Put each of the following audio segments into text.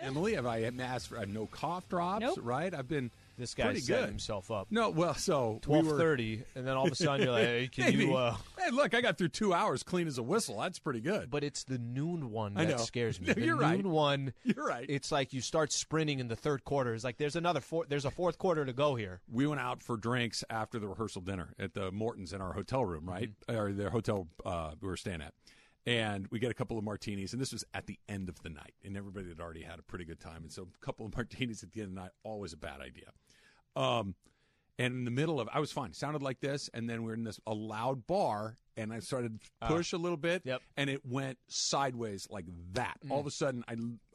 Emily, have I asked for I have no cough drops? Nope. Right? I've been This guy pretty set good. himself up. No, well, so we were- Twelve thirty, and then all of a sudden you're like, hey, "Can Maybe. you?" Uh, Hey, look, I got through two hours clean as a whistle. That's pretty good. but it's the noon one I that know. scares me. No, the you're noon right. one, You're right. It's like you start sprinting in the third quarter. It's like there's another four. There's a fourth quarter to go here. we went out for drinks after the rehearsal dinner at the Mortons in our hotel room, right? Or their hotel uh, we were staying at. And we get a couple of martinis, and this was at the end of the night, and everybody had already had a pretty good time. And so, a couple of martinis at the end of the night, always a bad idea. Um, and in the middle of, I was fine. It sounded like this, and then we're in this a loud bar, and I started to push a little bit, Uh, yep. Mm. and it went sideways like that. All of a sudden, I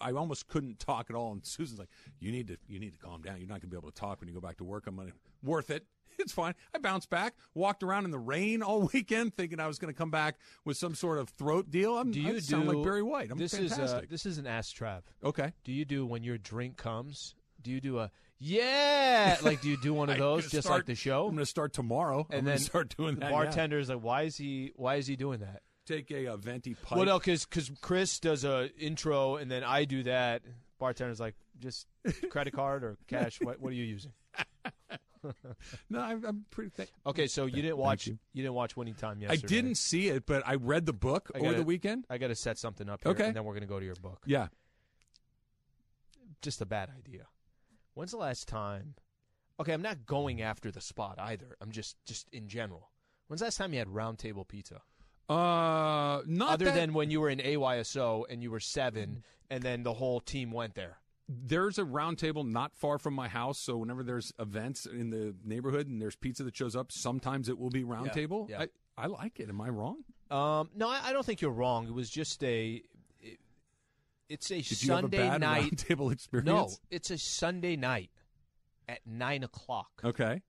I almost couldn't talk at all. And Susan's like, "You need to you need to calm down. You're not going to be able to talk when you go back to work. I'm going to worth it. It's fine." I bounced back, walked around in the rain all weekend, thinking I was going to come back with some sort of throat deal. I'm, Do I you do sound like Barry White? I'm this is uh, fantastic. Oh. a, this is an ass trap. okay. Do you do when your drink comes? Do you do a yeah? Like do you do one of I'm those gonna just start- like the show? I'm going to start tomorrow. I'm and gonna then start doing the that. yeah. bartender is like, why is he? Why is he doing that? take a, uh venti pipe. Well, no, because Chris does a intro and then I do that. Bartender's like, just credit card or cash. what What are you using? No, I'm, I'm pretty. Th- Okay, so you didn't watch. You. didn't watch Winning Time I yesterday. didn't see it, but I read the book I over gotta- the weekend. I got to set something up. Here, Okay. and then we're gonna go to your book. Yeah, Just a bad idea. When's the last time? Okay, I'm not going after the spot either. I'm just just in general. When's the last time you had round table pizza? uh, not Other that- Mm. than when you were in AYSO and you were seven, and then the whole team went there. there's a round table not far from my house. So whenever there's events in the neighborhood and there's pizza that shows up, sometimes it will be round Yeah, table. yeah. I, I like it. Am I wrong? Um, no, I, I don't think you're wrong. It was just a. it- it's a Did you Sunday have a bad round night. table experience? No, it's a Sunday night at nine o'clock. Okay.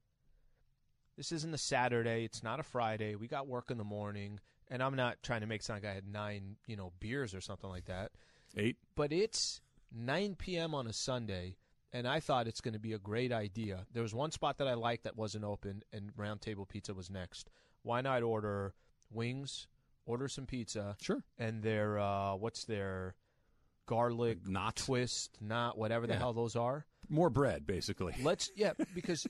This isn't a Saturday. It's not a Friday. We got work in the morning, and I'm not trying to make it sound like I had nine, you know, beers or something like that. Eight. But it's 9 p.m. on a Sunday, and I thought it's going to be a great idea. There was one spot that I liked that wasn't open, and Round Table Pizza was next. Why not order wings, order some pizza, Sure. and their uh, what's their garlic Not twist, not whatever the Yeah. hell those are. more bread, basically. Let's yeah, because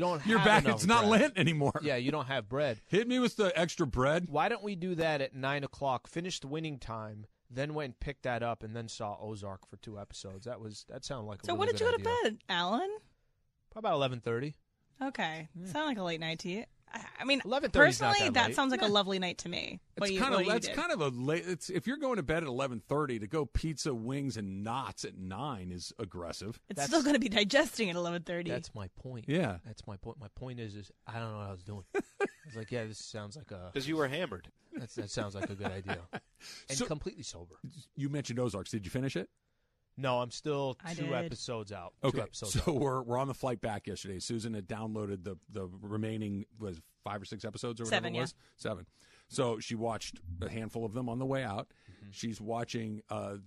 don't. You're have back. enough It's not bread. Lent anymore. Yeah, you don't have bread. Hit me with the extra bread. Why don't we do that at nine o'clock? Finished winning time, then went and picked that up, and then saw Ozark for two episodes. That was that sounded like. A So really what did good you go to idea. bed, Alan? Probably about eleven thirty. Okay, sound like a late night to you. I, I mean, 11:30 is not personally, that that, late. sounds like a Yeah. lovely night to me. What It's you, kind what of you that's did. kind of a late. It's if you're going to bed at eleven thirty to go pizza, wings, and knots at nine is aggressive. It's that's- still going to be digesting at eleven thirty. That's my point. Yeah. that's my point. My point is, is I don't know what I was doing. I was like, yeah, this sounds like a Because you were hammered. that's, that sounds like a good idea, and So- completely sober. You mentioned Ozarks. Did you finish it? No, I'm still I two did. episodes out. Okay, two episodes so out. we're we're on the flight back yesterday. Susan had downloaded the the remaining was five or six episodes or whatever Seven, it yeah. was seven. So she watched a handful of them on the way out. Mm-hmm. She's watching. Uh,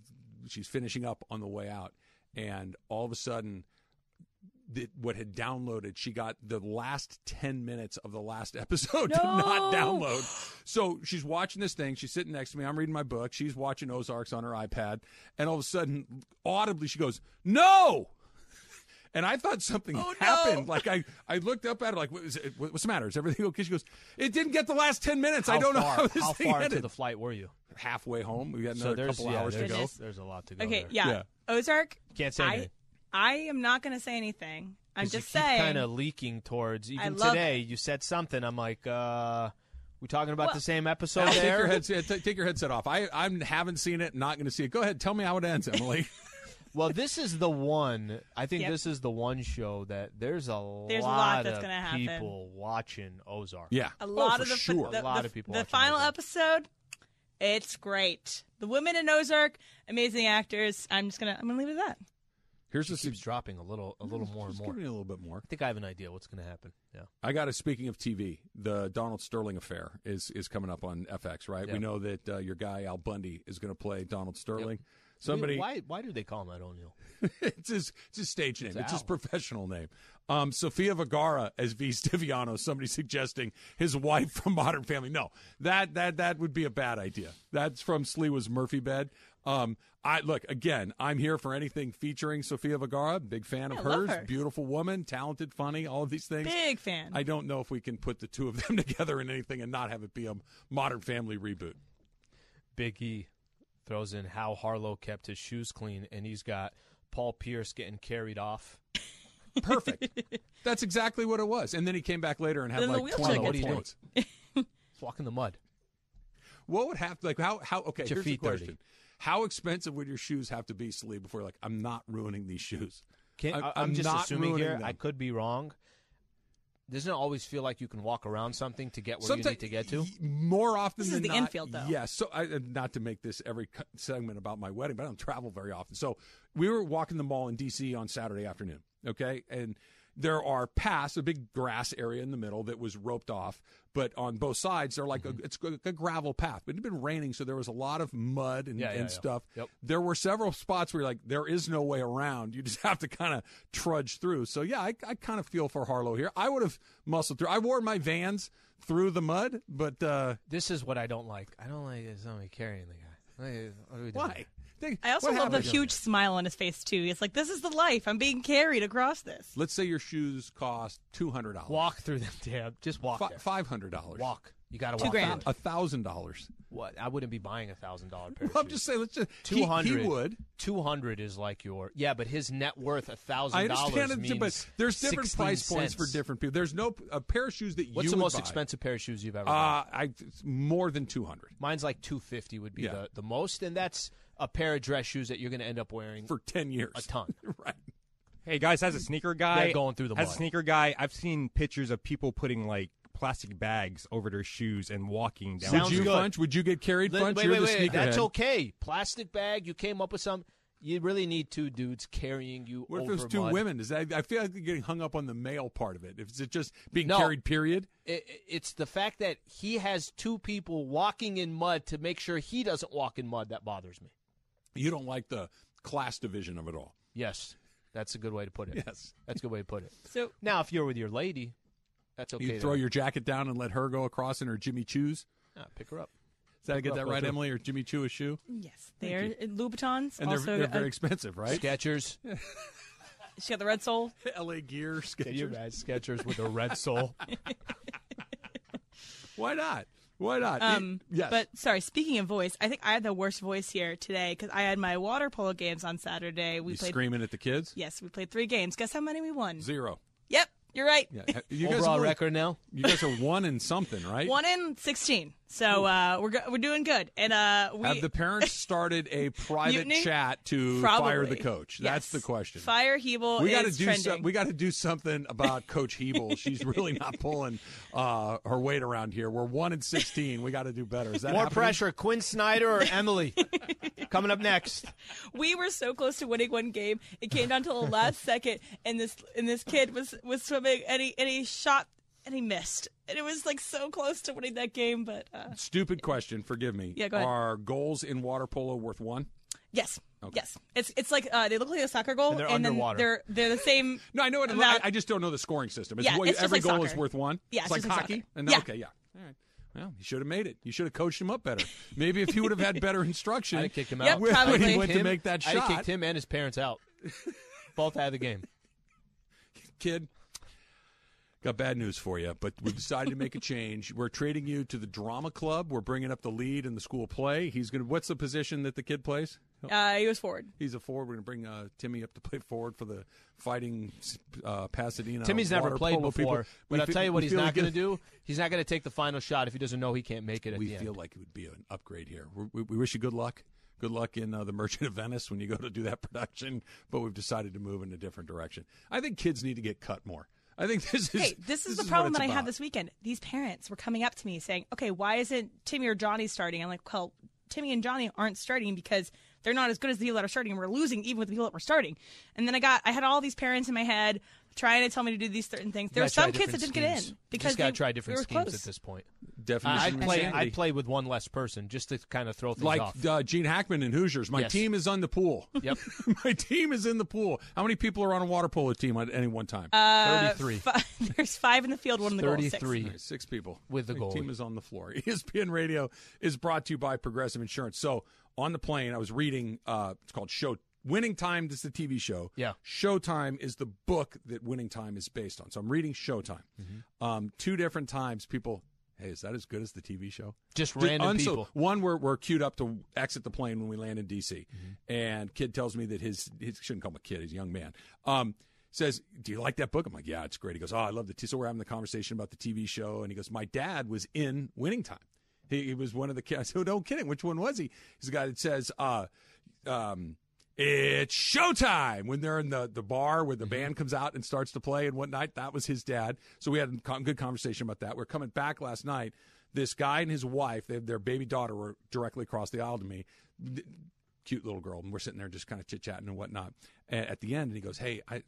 she's finishing up on the way out, and all of a sudden, the, what had downloaded, she got the last ten minutes of the last episode did not No. download. So she's watching this thing. She's sitting next to me. I'm reading my book. She's watching Ozarks on her iPad, and all of a sudden, audibly, she goes, "No." And I thought something happened. Like I, I looked up at her, like, what is it, what- what's the matter? Is everything okay? She goes, it didn't get the last ten minutes. How I don't know far- how this how thing far ended. into the flight were you? Halfway home, we got so another there's couple yeah, hours to there's, go. Goodness. There's a lot to go. okay. there. Yeah. Yeah. Ozark. Can't say I, anything. I am not going to say anything. I'm just saying. kind of leaking towards I even love today. You said something. I'm like, uh, we talking about Well- the same episode Al, take your there? headset. Take, take your headset off. I, I haven't seen it. Not going to see it. Go ahead. Tell me how it ends, Emily. well, this is the one. I think Yep. this is the one show that there's a There's a lot lot that's of gonna happen. people watching Ozark. yeah. a lot oh, of for the, sure. the, A lot the- of people the watching final Ozark. episode it's great the women in ozark amazing actors i'm just gonna i'm gonna leave it at that Here's She the keeps dropping a little, a little more and Just more. Give me a little bit more. I think I have an idea what's going to happen. Yeah. I got to. Speaking of TV, the Donald Sterling affair is is coming up on FX, right? Yeah. We know that uh, your guy Al Bundy is going to play Donald Sterling. Somebody, Why? Why do they call him that O'Neill? it's his it's his stage name. It's, his Al. professional name. Um, Sofia Vergara as V. Stiviano. Somebody suggesting his wife from Modern Family. No, that that that would be a bad idea. That's from Sliwa's Murphy Bed. Um, I look again. I'm here for anything featuring Sofia Vergara. Big fan I of love hers. her. Beautiful woman, talented, funny, all of these things. Big fan. I don't know if we can put the two of them together in anything and not have it be a Modern Family reboot. Big E throws in how Harlow kept his shoes clean, and he's got Paul Pierce getting carried off. Perfect. That's exactly what it was. And then he came back later and had Then the like wheelchair 20 gets what do you dirty. do? He's walking the mud. What would have to like how how okay? Get your Here's the feet dirty. question: How expensive would your shoes have to be, Slee, before you're like I'm not ruining these shoes? Can't, I- I, I'm am just not assuming ruining here. them. I could be wrong. Doesn't it always feel like you can walk around something to get where you Someti- need to get to? y- more often This is than the not, infield, though. Yes. So I, uh, not to make this every cu- segment about my wedding, but I don't travel very often. So we were walking the mall in D.C. on Saturday afternoon. Okay, and there are paths, a big grass area in the middle that was roped off, but on both sides they're like Mm-hmm. a, it's like a gravel path. But it had been raining, so there was a lot of mud and, Yeah, yeah, and yeah. stuff. Yep. There were several spots where you're like, there is no way around. You just have to kind of trudge through. So yeah, I, I kind of feel for Harlow here. I would have muscled through. I wore my Vans through the mud, but uh, This is what I don't like. I don't like somebody carrying the guy. What are- what are we doing why? here? Think- I also what love the happened? huge smile on his face too. It's like this is the life. I'm being carried across this. Let's say your shoes cost two hundred dollars, Walk through them, damn. Just walk. there. five hundred dollars, Walk. You got to Two walk. grand. through it. a thousand dollars. What? I wouldn't be buying a thousand dollar pair. of I'm shoes. just saying. Let's just he- Two hundred. He would. Two hundred is like your yeah, but his net worth a I thousand understand dollars it, means. but there's different 16 price points for cents. different people. There's no a pair of shoes that you What's the would most buy. expensive pair of shoes you've ever? Uh, bought? I it's more than two hundred. Mine's like two fifty would be Yeah. the, the most, and that's a pair of dress shoes that you're going to end up wearing for 10 years. a ton. right. Hey guys, as a sneaker guy, They're going through the as mud. a sneaker guy, I've seen pictures of people putting like plastic bags over their shoes and walking down. Sounds would you good. Funch? Would you get carried, Lin- Funch? wait, You're wait, the wait. That's sneakerhead. okay. Plastic bag. You came up with some. You really need two dudes carrying you. What if over it was two mud. women? Is that, I feel like you're getting hung up on the male part of it. If it's just being No. carried, period. It, it's the fact that he has two people walking in mud to make sure he doesn't walk in mud that bothers me. You don't like the class division of it all. Yes, that's a good way to put it. Yes. that's a good way to put it. So Now, if you're with your lady, that's okay. you throw though. your jacket down and let her go across in her Jimmy Choo's. Ah, pick her up. Did I get up, that go right, to- Emily? Or Jimmy Choo a shoe? yes, they're Louboutins. And they're, also, they're uh, very expensive, right? Skechers. she got the red sole. LA Gear, Can you Skechers. imagine Skechers with a red sole? Why not? Why not? Um, It- yes. But sorry, speaking of voice, I think I had the worst voice here today because I had my water polo games on Saturday. We you played. screaming at the kids? Yes, we played three games. Guess how many we won? Zero. Yep, you're right. Yeah. You guys, Overall are, record now. you guys are one in something, right? One in sixteen. So uh, we're go- we're doing good. And uh, we Have the parents started a private Mutiny? chat to probably fire the coach? That's Yes. the question. Fire Hebel. we gotta is do trending. some, we got to do something about Coach Hebel. She's really not pulling uh, her weight around here. We're one in sixteen. We got to do better. Is that More happening? pressure, Quinn Snyder or Emily? Coming up next. we were so close to winning one game. It came down to the last second, and this and this kid was was swimming, and he and he shot and he missed, and it was like so close to winning that game. But uh, Stupid question. Forgive me. Yeah, go ahead. Are goals in water polo worth one? yes, yes, it's it's like uh, they look like a soccer goal, And they're then underwater. they're they're the same. No, I know it. About- I, I just don't know the scoring system. It's Yeah, what, it's just every like goal is soccer. worth one. Yeah, it's it's like just like hockey. soccer. And Yeah. okay, yeah. All right. Well, you should have made it. You should have coached him up better. Maybe if he would have had better instruction, I'd have kicked him Yep, out. When he probably. went to Him- make that I'd have shot. Oh, kicked him and his parents out. Both out of the game. kid, got bad news for you, but we decided to make a change. We're trading you to the drama club. We're bringing up the lead in the school play. He's going to, what's the position that the kid plays? Uh, he was forward. He's a forward. We're going to bring uh, Timmy up to play forward for the fighting uh, Pasadena. Timmy's never water played polo people. before, but We I'll fe- tell you we what he's feel not like going to it- do. He's not going to take the final shot if he doesn't know he can't make it at We the feel end. like it would be an upgrade here. We, we, we wish you good luck. Good luck in uh, the Merchant of Venice when you go to do that production, but we've decided to move in a different direction. I think kids need to get cut more. I think this is Hey, this is the what problem it's that I about. had this weekend. These parents were coming up to me saying, "Okay, why isn't Timmy or Johnny starting?" I'm like, "Well, Timmy and Johnny aren't starting because they're not as good as the people that are starting, and we're losing even with the people that we're starting. And then I got, I had all these parents in my head trying to tell me to do these certain things. There were Gotta try some kids that different didn't get schemes. in You because just gotta they- try we different were schemes close. at this point. Definition I'd of play. insanity. I'd play with one less person just to kind of throw things like off. uh, Gene Hackman in Hoosiers. My Yes. team is on the pool. Yep. My team is in the pool. How many people are on a water polo team at any one time? Uh, 33. fi- there's five in the field, one in the goal. six. All 33. right, six people. With the My goalie. team is on the floor. E ESPN Radio is brought to you by Progressive Insurance. So on the plane, I was reading. Uh, it's called Show Winning Time. This is the TV show. Yeah. Showtime is the book that Winning Time is based on. So I'm reading Showtime. Mm-hmm. Um, two different times, people. Hey, is that as good as the TV show? Just Just random unso- people. One we're, we're queued up to exit the plane when we land in DC, and kid tells me that his, his shouldn't call him a kid, he's a young man. Um, says, "Do you like that book?" I'm like, "Yeah, it's great." He goes, "Oh, I love the." T-. So we're having the conversation about the TV show, and he goes, "My dad was in Winning Time. He, he was one of the kids." So no kidding, which one was he? He's the guy that says, uh, um, it's showtime when they're in the, the bar where the band comes out and starts to play and whatnot. That was his dad. So we had a con- good conversation about that. We're coming back last night. This guy and his wife, they, their baby daughter, were directly across the aisle to me. Th- Cute little girl. And we're sitting there just kind of chit chatting and whatnot. And at the end, and he goes, Hey, I,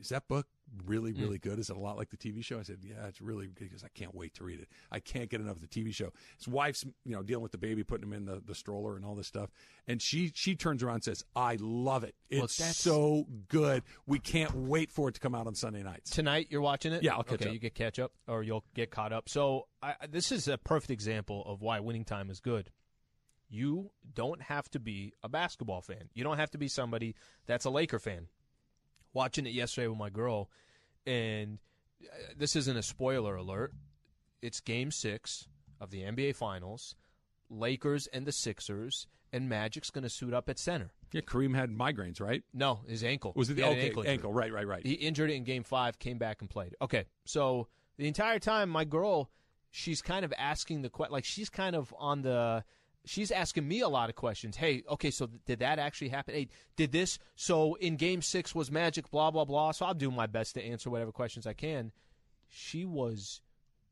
is that book really, Mm. really good? Is it a lot like the TV show? I said, yeah, it's really good because I can't wait to read it. I can't get enough of the TV show. His wife's, you know, dealing with the baby, putting him in the, the stroller and all this stuff. And she, she turns around and says, I love it. Well, It's that's- so good. We can't wait for it to come out on Sunday nights. Tonight you're watching it. Yeah, I'll catch okay, up. You get catch up, or you'll get caught up. So I, I- this is a perfect example of why winning time is good. You don't have to be a basketball fan. You don't have to be somebody that's a Laker fan. Watching it yesterday with my girl, and uh, this isn't a spoiler alert. It's Game Six of the NBA Finals. Lakers and the Sixers, and Magic's going to suit up at center. Yeah, Kareem had migraines, right? No, his ankle. Was it He the had an okay, ankle? injury. right, right, right. He injured it in game five, came back and played. Okay. So the entire time, my girl, she's kind of asking the question. Like, she's kind of on the. She's asking me a lot of questions. Hey, okay, so th- did that actually happen? Hey, did this? So in game six was magic, blah, blah, blah. So I'll do my best to answer whatever questions I can. She was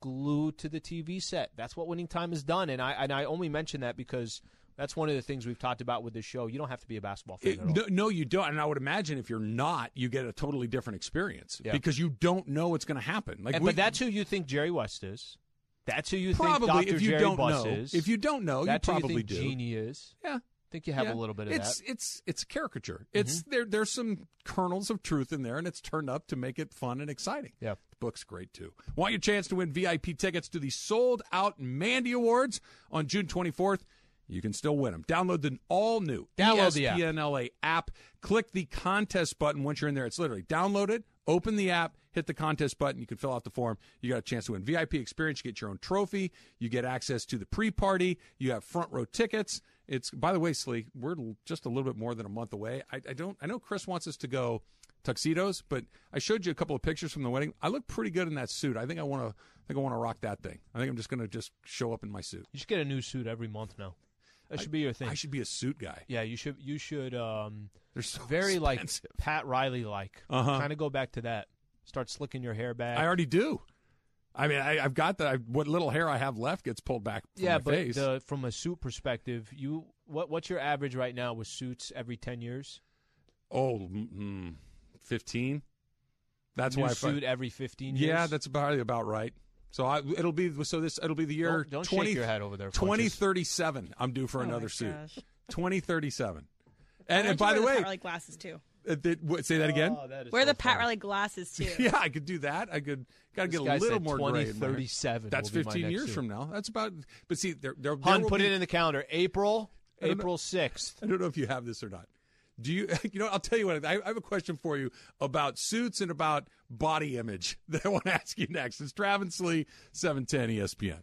glued to the TV set. That's what winning time has done. And I, and I only mention that because that's one of the things we've talked about with this show. You don't have to be a basketball fan It- at all. no, no, you don't. And I would imagine if you're not, you get a totally different experience Yeah. because you don't know what's going to happen. Like, And- we, but that's who you think Jerry West is. That's who you probably think Dr. if you Jerry don't Buss know, is. if you don't know, that's you who probably you think do. Genie is. Yeah. think you have Yeah. a little bit of it's, that. Mm-hmm. It's it's caricature. It's there. There's some kernels of truth in there, and it's turned up to make it fun and exciting. Yeah. the book's great too. Want your chance to win VIP tickets to the sold out Mandy Awards on June 24th? You can still win them. Download the all new Download the app. ESPN LA app. Click the contest button once you're in there. It's literally download it, open the app, hit the contest button. You can fill out the form. You got a chance to win VIP experience. You get your own trophy. You get access to the pre party. You have front row tickets. It's by the way, Slee, we're l- just a little bit more than a month away. I, I don't. I know Chris wants us to go tuxedos, but I showed you a couple of pictures from the wedding. I look pretty good in that suit. I think I want to. I think I want to rock that thing. I think I'm just going to just show up in my suit. You should get a new suit every month now. That should be your thing. I should be a suit guy. yeah, you should. You should. Um, They're so very expensive. like Pat Riley like. Uh-huh. Kind of go back to that. Start slicking your hair back. I already do. I mean, I, I've got that. I, what little hair I have left gets pulled back. From yeah, my but face. the, from a suit perspective, you what what's your average right now with suits every ten years? oh, mm, mm, 15? That's New why. I fi- suit every fifteen years. yeah, that's probably about right. So I, it'll be so this it'll be the year Don't- don't shake 20, your head over there, Funches. 2037. I'm due for Oh another my suit. gosh. 2037. Why And, don't and you by wear the way, Pat Riley glasses too. uh, th- what- say that again. Oh, that is Wear so the Pat funny. Riley glasses too. yeah, I could do that. I could got to This get a guy little said more gray in my hair. 2037 That's will be my 15 next years suit. from now. That's about. But see, there, there, there Hun, will put be- it in the calendar. April, I don't know. April sixth. I don't know if you have this or not. Do you? You know, I'll tell you what. I, I have a question for you about suits and about body image that I want to ask you next. It's Travis Lee, seven ten E ESPN.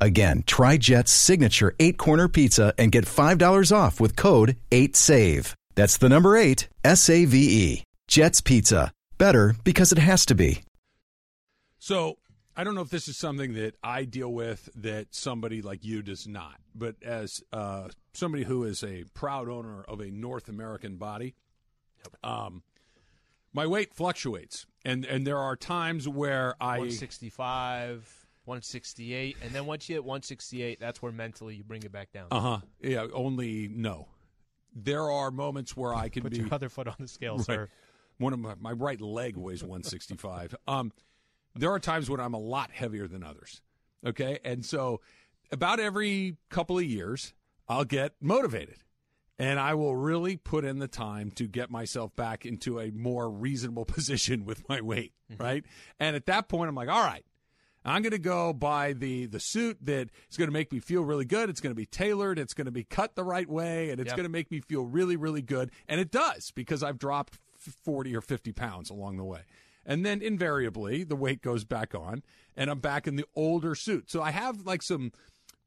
Again, try Jet's signature eight corner pizza and get $5 off with code 8SAVE. That's the number eight, S A V E. Jet's Pizza. Better because it has to be. So I don't know if this is something that I deal with that somebody like you does not, but as uh, somebody who is a proud owner of a North American body, um, my weight fluctuates, and and there are times where I 165, 168, and then once you hit 168, that's where mentally you bring it back down. uh huh yeah only no. There are moments where I can Put be your other foot on the scale, sir. one of my, my right leg weighs 165 um there are times when i'm a lot heavier than others okay and so about every couple of years i'll get motivated and i will really put in the time to get myself back into a more reasonable position with my weight Mm-hmm. right and at that point i'm like all right I'm going to go buy the the suit that is going to make me feel really good. It's going to be tailored. It's going to be cut the right way, and it's Yeah. going to make me feel really, really good. And it does because I've dropped f- forty or fifty pounds along the way. And then invariably, the weight goes back on, and I'm back in the older suit. So I have like some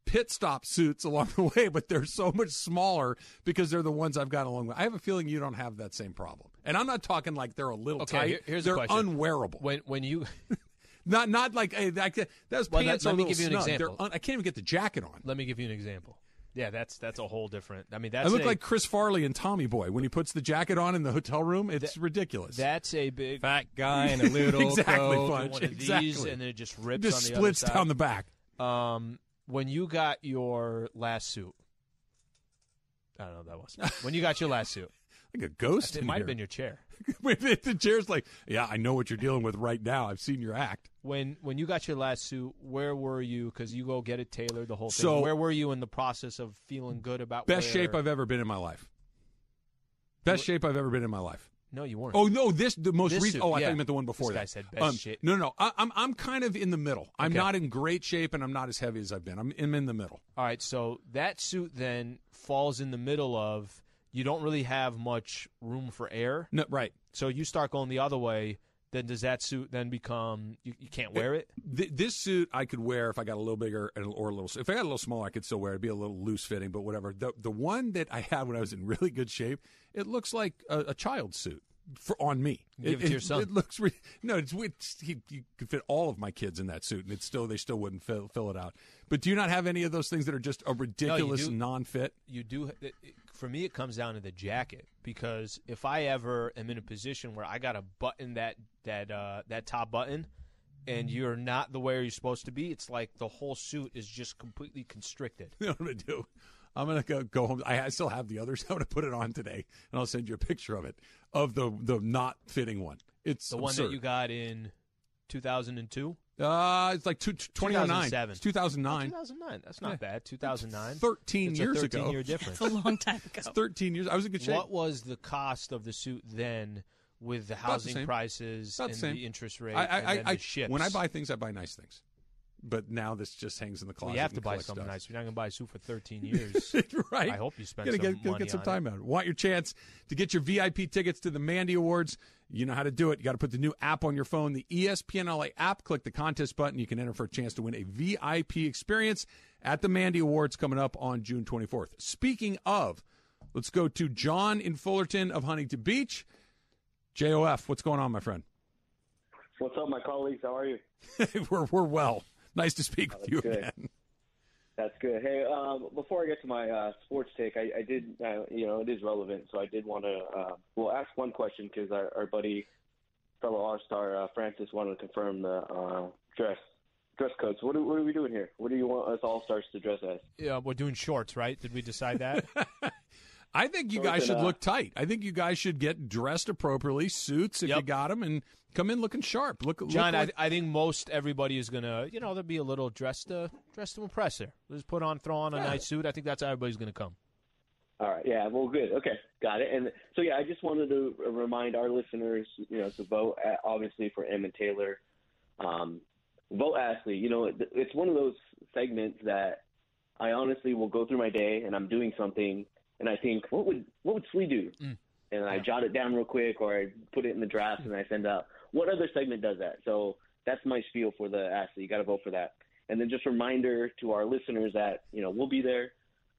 pit stop suits along the way, but they're so much smaller because they're the ones I've got along with. I have a feeling you don't have that same problem. And I'm not talking like they're a little Okay, tight. here- here's the they're question. unwearable. When when you Not not like hey, that. That was Well, that- pants. let are a me little give you an snug. They're example. Un, I can't even get the jacket on. let me give you an example. Yeah, that's that's a whole different. I mean, I that's look a- like Chris Farley in Tommy Boy when he puts the jacket on in the hotel room. It's ridiculous. that's a big Fat guy in a little Exactly, coat. Fudge. one of these, Exactly. and then it just it rips. just on the splits other side. down the back. Um, when you got your last suit, I don't know what that was. When you got your last suit, Like a ghost. it in might here. have been your chair. the chair's like, yeah, I know what you're dealing with right now. I've seen your act. When when you got your last suit, where were you? Because you go get it tailored, the whole thing. So- where were you in the process of feeling good about Best where- shape I've ever been in my life. Best shape I've ever been in my life. No, you weren't. Oh no, this the most This recent. suit, Oh, I yeah. thought you meant the one before This that. guy said best Um, shit. No, no, no. I, I'm I'm kind of in the middle. I'm Okay. not in great shape, and I'm not as heavy as I've been. I'm, I'm in the middle. All right, so that suit then falls in the middle of you don't really have much room for air. No, right. So you start going the other way. Then does that suit then become you, you can't wear it? Th- this suit I could wear if I got a little bigger and or a little. If I got a little smaller, I could still wear it. It'd be a little loose fitting, but whatever. The the one that I had when I was in really good shape, it looks like a, a child's suit for on me. Give it to your son. It looks re- no. It's, it's he, you could fit all of my kids in that suit, and it's still they still wouldn't fill, fill it out. But do you not have any of those things that are just a ridiculous do. non-fit? You do. it- it- For me, it comes down to the jacket because if I ever am in a position where I got to button that that uh, that top button, Mm-hmm. and you're not the way you're supposed to be, it's like the whole suit is just completely constricted. You know what I'm gonna do? I'm gonna go, go home. I, I still have the others. I'm gonna put it on today, and I'll send you a picture of it of the the not fitting one. It's The one that absurd. you got in 2002. Uh, it's like two, 2009. 2007. It's Oh, 2009. 2009. That's not bad. 2009. 13 It's years a 13 ago. year It's difference. a long time ago. It's 13 years. I was in good shape. what was the cost of the suit then with the housing same. prices About and same. the interest rate I, and I, then I, the ships? when I buy things, I buy nice things. But now this just hangs in the well, closet. you have to and buy collects something dust. nice. You're not going to buy a suit for 13 years. right. I hope you spend Gotta some get, go money get some on time out. of it. Want your chance to get your VIP tickets to the Mandy Awards? You know how to do it. You got to put the new app on your phone, the E ESPN LA app. Click the contest button. You can enter for a chance to win a VIP experience at the Mandy Awards coming up on June 24th. Speaking of, let's go to John in Fullerton of Huntington Beach. JOF, what's going on, my friend? What's up, my colleagues? How are you? we're we're well. Nice to speak with That's you good. again. That's good. Hey, um, before I get to my uh, sports take, I, I did, uh, you know, it is relevant, so I did want to, uh, well, ask one question because our, our buddy, fellow All Star uh, Francis, wanted to confirm the uh, dress dress codes. What are, what are we doing here? What do you want us All Stars to dress as? yeah, we're doing shorts, right? Did we decide that? I think you Sorry guys for should that. look tight. I think you guys should get dressed appropriately, suits if you Yep. got them, and come in looking sharp. Look, look John, I, like- I think most everybody is going to, you know, there'll be a little dress to dress to impress there. Just put on, throw on a Yeah. nice suit. I think that's how everybody's going to come. All right. Yeah. Well, good. Okay. Got it. And so, yeah, I just wanted to remind our listeners, you know, to vote uh, obviously for Em and Taylor. Um, vote Ashley. You know, it- it's one of those segments that I honestly will go through my day and I'm doing something and I think, what would what would Slee do? Mm. And I jot it down real quick or I put it in the draft and I send out. What other segment does that? So that's my spiel for the Ashley. You got to vote for that. And then just reminder to our listeners that you know we'll be there.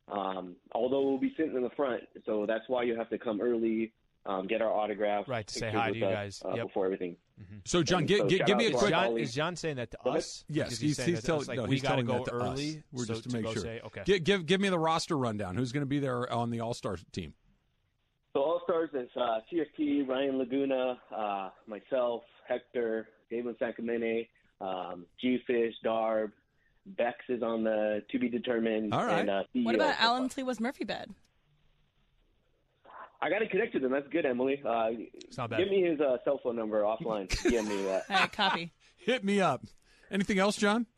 Um, although we'll be sitting in the front, so that's why you have to come early, um, get our autographs, Right, say pictures hi to with you us, guys. uh, Yep. before everything. So John, gi- So gi- shout give me out a to Is our quick. John, colleague. is John saying that to What? us? Yes, Is he's, he he's, saying that to telling. us, like no, we he's gotta telling go that to early, us. We're so just to, to make go sure. say, okay. Gi- Give, give me the roster rundown. Who's going to be there on the All Star team? So All Stars is uh, CFP, Ryan Laguna, uh, myself, Hector, Damon Sacamene, um, G Fish, Darb, Bex is on the to be determined. All right. And, uh, What CEO. about Alan Tlewas Murphy bed? I got to connect to them. That's good, Emily. Uh, It's not bad. give me his uh, cell phone number offline. DM me uh, that. All right, copy. Hit me up. Anything else, John?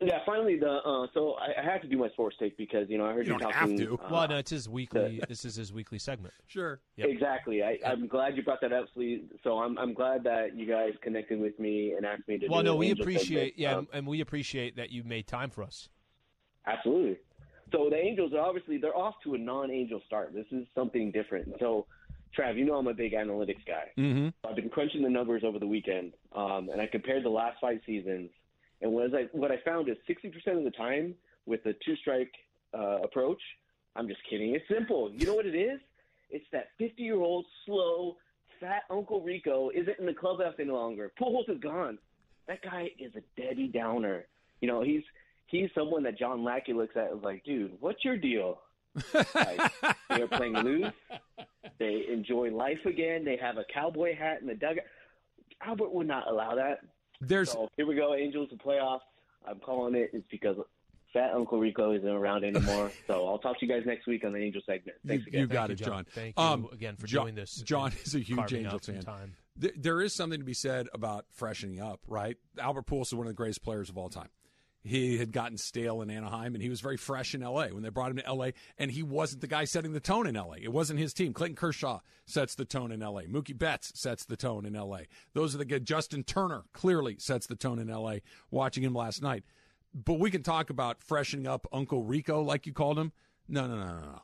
Yeah, finally the uh, so I, I had to do my sports take because you know I heard You you, don't have talking. to. uh, Well, no, it's his weekly. this is his weekly segment. Sure. Yep. Exactly. I, I'm glad you brought that up, Slee. So I'm I'm glad that you guys connected with me and asked me to. Well, do no, an we Angel appreciate. segment. Yeah, Um, and we appreciate that you made time for us. Absolutely. So the Angels are obviously they're off to a non-Angel start. This is something different. So, Trav, you know I'm a big analytics guy. Mm-hmm. I've been crunching the numbers over the weekend, um, and I compared the last five seasons. And what I what I found is 60% of the time with the two-strike uh, approach, I'm just kidding. It's simple. You know what it is? It's that 50-year-old slow fat Uncle Rico isn't in the clubhouse any longer. Pujols is gone. That guy is a Debbie Downer. You know he's he's someone that John Lackey looks at and is like, dude, what's your deal? Like, they are playing loose. They enjoy life again. They have a cowboy hat in the dugout. Albert would not allow that. There's So here we go, Angels and playoffs. I'm calling it. It's because Fat Uncle Rico isn't around anymore. so I'll talk to you guys next week on the Angel segment. Thanks you, again. you got you, it, John. John. Thank you again for Jo- doing this John and is a huge carving Angel out some fan. time. Th- there is something to be said about freshening up, right? Albert Pujols is one of the greatest players of all time. He had gotten stale in Anaheim, and he was very fresh in L.A. when they brought him to L.A. And he wasn't the guy setting the tone in L.A. It wasn't his team. Clinton Kershaw sets the tone in L.A. Mookie Betts sets the tone in L.A. Those are the good. Justin Turner clearly sets the tone in L.A. Watching him last night, but we can talk about freshening up Uncle Rico, like you called him. No, no, no, no, no.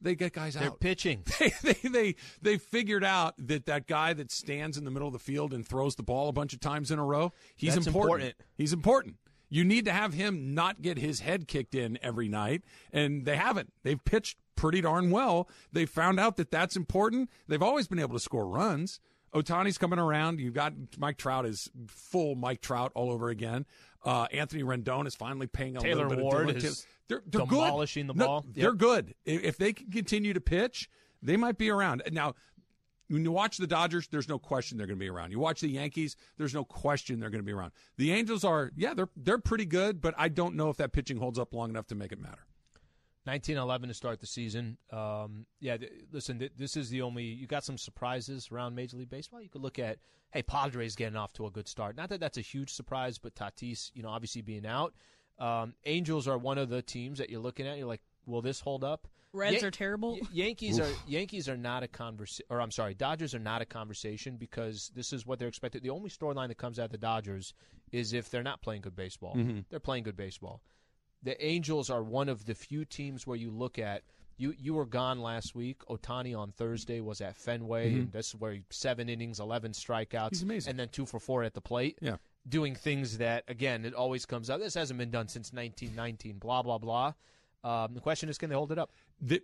They get guys They're out pitching. they, they they they figured out that that guy that stands in the middle of the field and throws the ball a bunch of times in a row, he's That's important. He's important. You need to have him not get his head kicked in every night, and they haven't. They've pitched pretty darn well. They found out that that's important. They've always been able to score runs. Otani's coming around. You've got Mike Trout is full Mike Trout all over again. Uh, Anthony Rendon is finally paying a Taylor little bit Ward of is they're, they're good. demolishing the No, ball. they're Yep. good. I- If they can continue to pitch, they might be around. Now, when you watch the Dodgers, there's no question they're going to be around. You watch the Yankees, there's no question they're going to be around. The Angels are, yeah, they're they're pretty good, but I don't know if that pitching holds up long enough to make it matter. 1911 to start the season. Um, yeah, th- listen, th- this is the only you got some surprises around Major League Baseball. You could look at hey, Padres getting off to a good start. Not that that's a huge surprise, but Tatis, you know, obviously being out. Um, Angels are one of the teams that you're looking at. You're like, will this hold up? Reds Yan- are terrible. Y- Yankees are Yankees are not a conversation, or I'm sorry, Dodgers are not a conversation because this is what they're expected. The only storyline that comes out of the Dodgers is if they're not playing good baseball. They're playing good baseball. The Angels are one of the few teams where you look at you. You were gone last week. Otani on Thursday was at Fenway, and this is where he- seven innings, eleven strikeouts, Mm-hmm. He's amazing. and then two for four at the plate Yeah. doing things that again it always comes up this hasn't been done since 1919 blah blah blah um, the question is can they hold it up The,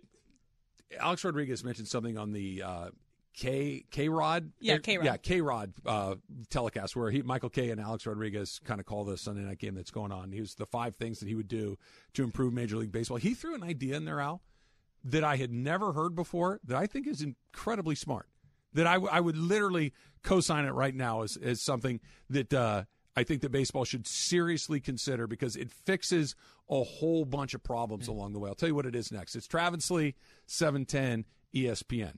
Alex Rodriguez mentioned something on the uh, K K Rod, Yeah, Er, K-Rod. yeah, K Rod uh, telecast where he Michael K and Alex Rodriguez kind of call the Sunday night game that's going on. He was the five things that he would do to improve Major League Baseball. He threw an idea in there, Al, that I had never heard before that I think is incredibly smart. That I, w- I would literally co-sign it right now as, as something that uh, I think that baseball should seriously consider because it fixes a whole bunch of problems along the way. I'll tell you what it is next. It's Travis Lee, E 710 ESPN.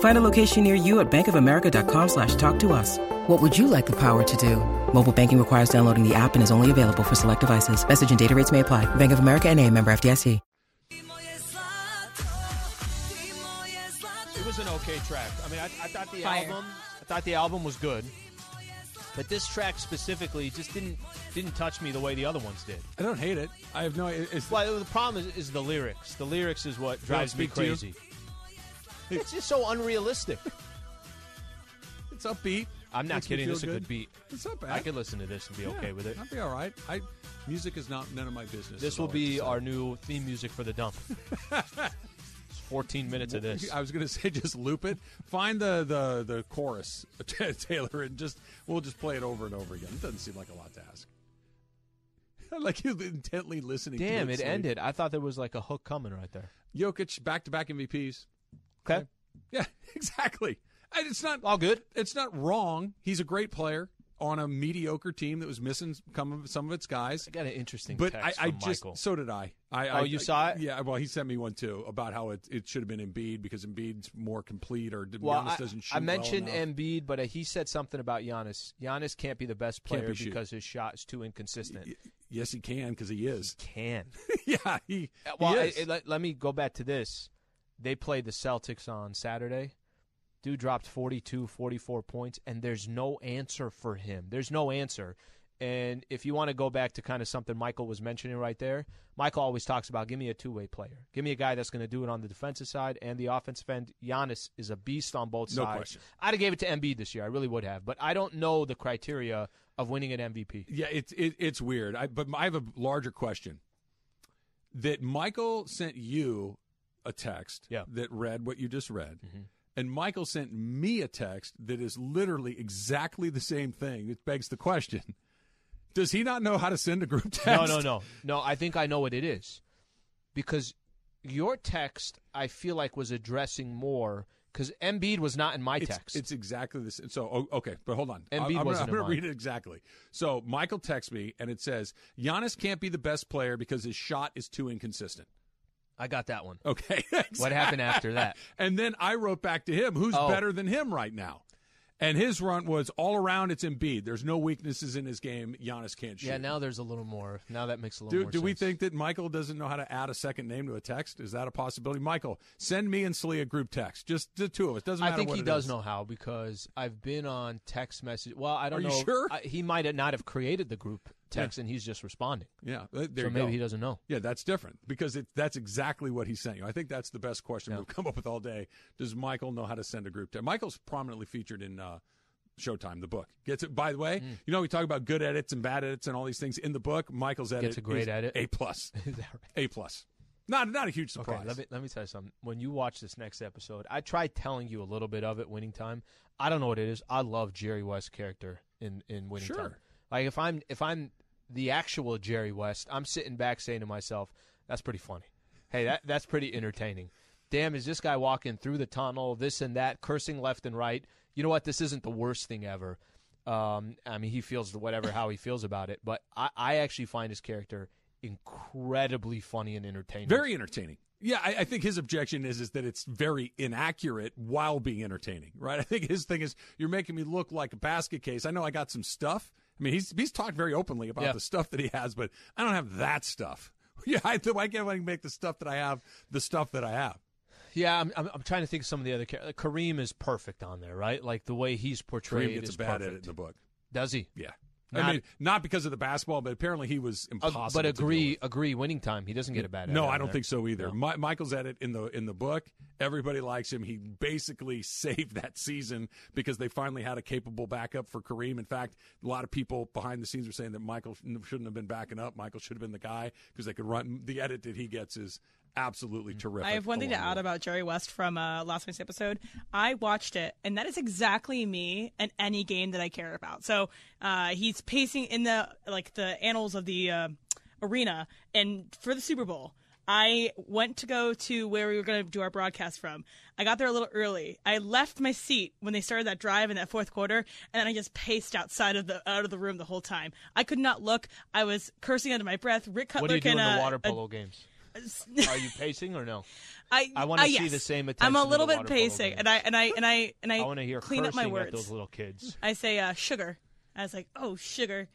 Find a location near you at bankofamerica.com slash talk to us. What would you like the power to do? Mobile banking requires downloading the app and is only available for select devices. Message and data rates may apply. Bank of America and a member FDIC. It was an okay track. I mean, I, I thought the Fire. album, I thought the album was good, but this track specifically just didn't didn't touch me the way the other ones did. I don't hate it. I have no. it- It's Well, the problem is, is the lyrics. The lyrics is what drives me speak to you? crazy. It's just so unrealistic. it's upbeat. I'm not Makes me kidding. feel This is a good beat. It's not bad. I could listen to this and be okay with it. I'll be all right. I music is not none of my business. This is will all I have to be say. our new theme music for the dump. It's 14 minutes of this. I was going to say just loop it. Find the the the chorus, Taylor, and just we'll just play it over and over again. It doesn't seem like a lot to ask. I like you intently listening. Damn, to it sleep. ended. I thought there was like a hook coming right there. Jokic back to back MVPs. Okay. Yeah, exactly. And it's not All good. it's not wrong. He's a great player on a mediocre team that was missing some of some of its guys. I got an interesting But I, text I from just Michael. so did I. I Oh, I, you I- saw it? Yeah. Well, he sent me one too about how it, it should have been Embiid because Embiid's more complete or to be well, honest, I, doesn't shoot. I mentioned well enough. Embiid, but uh, he said something about Giannis. Giannis can't be the best Can't player be shoot. because his shot is too inconsistent. Yes, he can because he is. Can. yeah, he. Uh, Well, he I, is. I- let, let me go back to this. They played the Celtics on Saturday. Dude dropped 42, 44 points, and there's no answer for him. There's no answer. And if you want to go back to kind of something Michael was mentioning right there, Michael always talks about give me a two way player. Give me a guy that's going to do it on the defensive side and the offensive end. Giannis is a beast on both No sides. question. I'd have gave it to Embiid this year. I really would have. But I don't know the criteria of winning an MVP. Yeah, it's it, it's weird. I, but I have a larger question. That Michael sent you a text Yeah. Mm-hmm. that read what you just read, and Michael sent me a text that is literally exactly the same thing. It begs the question: Does he not know how to send a group No, text? no, no. No, I think I know what it is. Because your text, I feel like, was addressing more because Embiid was not in my It's, text. it's exactly the same. So, oh, okay, but hold on. I- Embiid I'm, gonna- wasn't I'm going in to mine. read it exactly. So, Michael texts me, and it says Giannis can't be the best player because his shot is too inconsistent. I got that one. Okay. What happened after that? And then I wrote back to him, who's Oh. better than him right now? And his run was all around. It's Embiid. There's no weaknesses in his game. Giannis can't shoot. Yeah, now there's a little more. Now that makes a little Do, more do we sense. think that Michael doesn't know how to add a second name to a text? Is that a possibility? Michael, send me and Slee a group text. Just the two of us. Doesn't matter. I think what he it does is. know how because I've been on text message. Well, I don't Are you know. sure? I- he might not have created the group text and he's just responding. Yeah, th- there so you maybe go. he doesn't know. Yeah, that's different because it, that's exactly what he sent you. I think that's the best question Yeah. we've come up with all day. Does Michael know how to send a group text? Michael's prominently featured in uh, Showtime, the book. Gets it. By the way, Hmm. you know we talk about good edits and bad edits and all these things in the book. Michael's edit a great is edit. A plus, Is that right? A plus. Not not a huge surprise. Okay, let me let me tell you something. When you watch this next episode, I tried telling you a little bit of it. Winning time. I don't know what it is. I love Jerry West's character in in Winning Time. Sure. Like if I'm if I'm the actual Jerry West, I'm sitting back saying to myself, "That's pretty funny. Hey, that that's pretty entertaining. Damn, is this guy walking through the tunnel? This and that, cursing left and right. You know what? This isn't the worst thing ever. Um, I mean, he feels the whatever how he feels about it, but I, I actually find his character incredibly funny and entertaining. Very entertaining. Yeah, I, I think his objection is is that it's very inaccurate while being entertaining, right? I think his thing is you're making me look like a basket case. I know I got some stuff. I mean, he's he's talked very openly about Yeah. the stuff that he has, but I don't have that stuff. Yeah, I, why can't I make the stuff that I have the stuff that I have? Yeah, I'm, I'm, I'm trying to think of some of the other characters. Kareem is perfect on there, right? Like the way he's portrayed Kareem gets is a bad perfect. edit in the book. Does he? Yeah, I Not- mean, not because of the basketball, but apparently he was Ag- impossible. but to deal agree, with. agree. Winning time, he doesn't get a bad. No, edit I on don't there. think so either. No. Mi- Michael's at it in the in the book. Everybody likes him. He basically saved that season because they finally had a capable backup for Kareem. In fact, a lot of people behind the scenes were saying that Michael shouldn't shouldn't have been backing up. Michael should have been the guy because they could run. The edit that he gets is absolutely terrific. I have one thing to along the add way. about Jerry West from uh, last week's episode. I watched it, and that is exactly me in any game that I care about. So uh, he's pacing in the like the annals of the uh, arena, and for the Super Bowl, I went to go to where we were going to do our broadcast from. I got there a little early. I left my seat when they started that drive in that fourth quarter, and then I just paced outside of the out of the room the whole time. I could not look. I was cursing under my breath. Rick Cutler What do you do in can, the uh, water uh, polo games? Are you pacing or no? I, I wanna uh, see yes. the same I'm attention a to little the bit water polo pacing, games. and I and I and I and I, I want to hear clean up cursing my at words. those little kids. I say uh, sugar. I was like, oh sugar.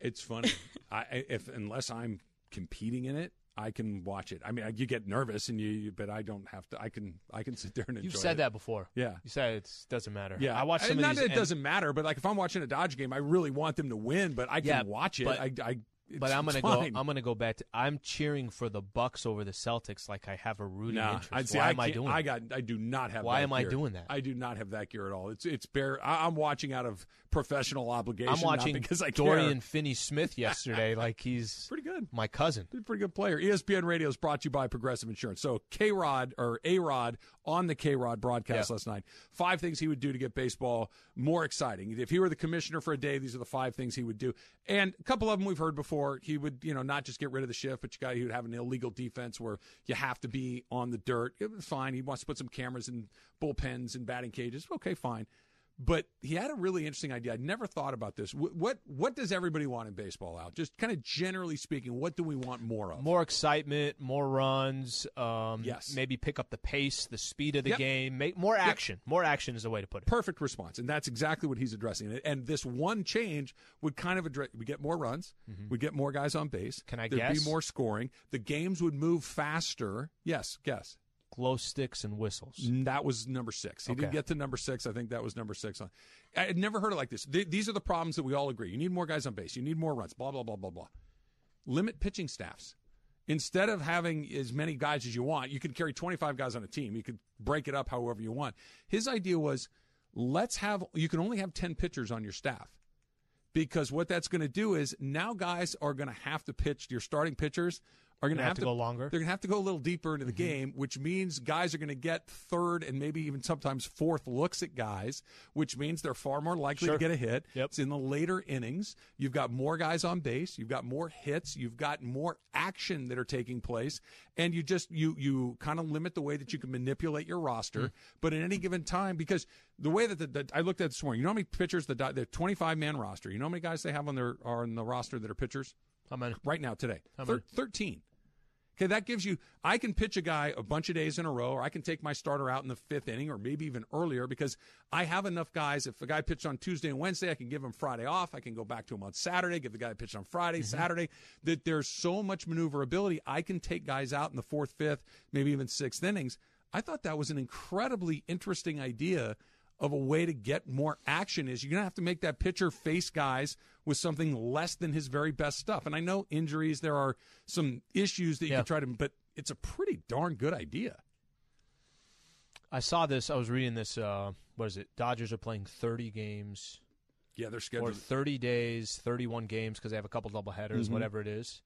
It's funny. I, I if unless I'm competing in it, I can watch it. I mean, I, you get nervous and you, you, but I don't have to. I can, I can sit there and enjoy. You've said it. that before. Yeah. You said it doesn't matter. Yeah, I watched some Not of these. that it and- doesn't matter, but like if I'm watching a Dodge game, I really want them to win, but I can Yeah, watch it. but- I, I it's But I'm gonna fine. go. I'm gonna go back. To, I'm cheering for the Bucks over the Celtics, like I have a rooting Nah, interest. I'd say Why I am I can't- doing? I it? got. I do not have. Why that am I gear. doing that? I do not have that gear at all. It's it's bare. I, I'm watching out of professional obligation. I'm watching not because I care. Dorian Finney-Smith yesterday. like he's Pretty good. my cousin. He's a pretty good player. E ESPN Radio is brought to you by Progressive Insurance. So K Rod or A Rod on the K Rod broadcast Yeah. last night. Five things he would do to get baseball more exciting. If he were the commissioner for a day, these are the five things he would do. And a couple of them we've heard before. He would, you know, not just get rid of the shift, but you got he would have an illegal defense where you have to be on the dirt. It was fine. He wants to put some cameras in bullpens and batting cages. Okay, fine. But he had a really interesting idea. I'd never thought about this. Wh- What what does everybody want in baseball out? Just kind of generally speaking, what do we want more of? More excitement, more runs. Um, Yes. Maybe pick up the pace, the speed of the Yep. game. Make more action. More action is the way to put it. Perfect response, and that's exactly what he's addressing. And- And this one change would kind of address. We get more runs. We get more guys on base. Mm-hmm. Can I There'd guess? be more scoring. The games would move faster. Yes, guess. Glow sticks and whistles. Mm, That was number six. He didn't Okay. get to number six. I think that was number six. On, I had never heard it like this. Th- these are the problems that we all agree. You need more guys on base. You need more runs. Blah blah blah blah blah. Limit pitching staffs. Instead of having as many guys as you want, you could carry 25 guys on a team. You could break it up however you want. His idea was, let's have you can only have 10 pitchers on your staff because what that's going to do is now guys are going to have to pitch your starting pitchers are going to Gonna have have to go longer. They're going to have to go a little deeper into the Mm-hmm. game, which means guys are going to get third and maybe even sometimes fourth looks at guys, which means they're far more likely Sure. to get a hit. Yep. It's in the later innings. You've got more guys on base, you've got more hits, you've got more action that are taking place, and you just you you kind of limit the way that you can manipulate your roster. Mm. But at any given time, because the way that the, the I looked at this morning, you know how many pitchers the Dod- the twenty five man roster, you know how many guys they have on their are on the roster that are pitchers I'm in. right now today? How Thir- many? 13. Okay, that gives you. I can pitch a guy a bunch of days in a row, or I can take my starter out in the fifth inning, or maybe even earlier, because I have enough guys. If a guy pitched on Tuesday and Wednesday, I can give him Friday off. I can go back to him on Saturday, give the guy a pitch on Friday, Saturday. That there's so much maneuverability. I can take guys out in the fourth, fifth, maybe even sixth innings. I thought that was an incredibly interesting idea of a way to get more action is you're going to have to make that pitcher face guys with something less than his very best stuff. And I know injuries, there are some issues that you Yeah. can try to, but it's a pretty darn good idea. I saw this. I was reading this. Uh, what is it? Dodgers are playing 30 games Yeah, they're or scheduled. 30 days, 31 games because they have a couple double headers, Mm-hmm. whatever it is.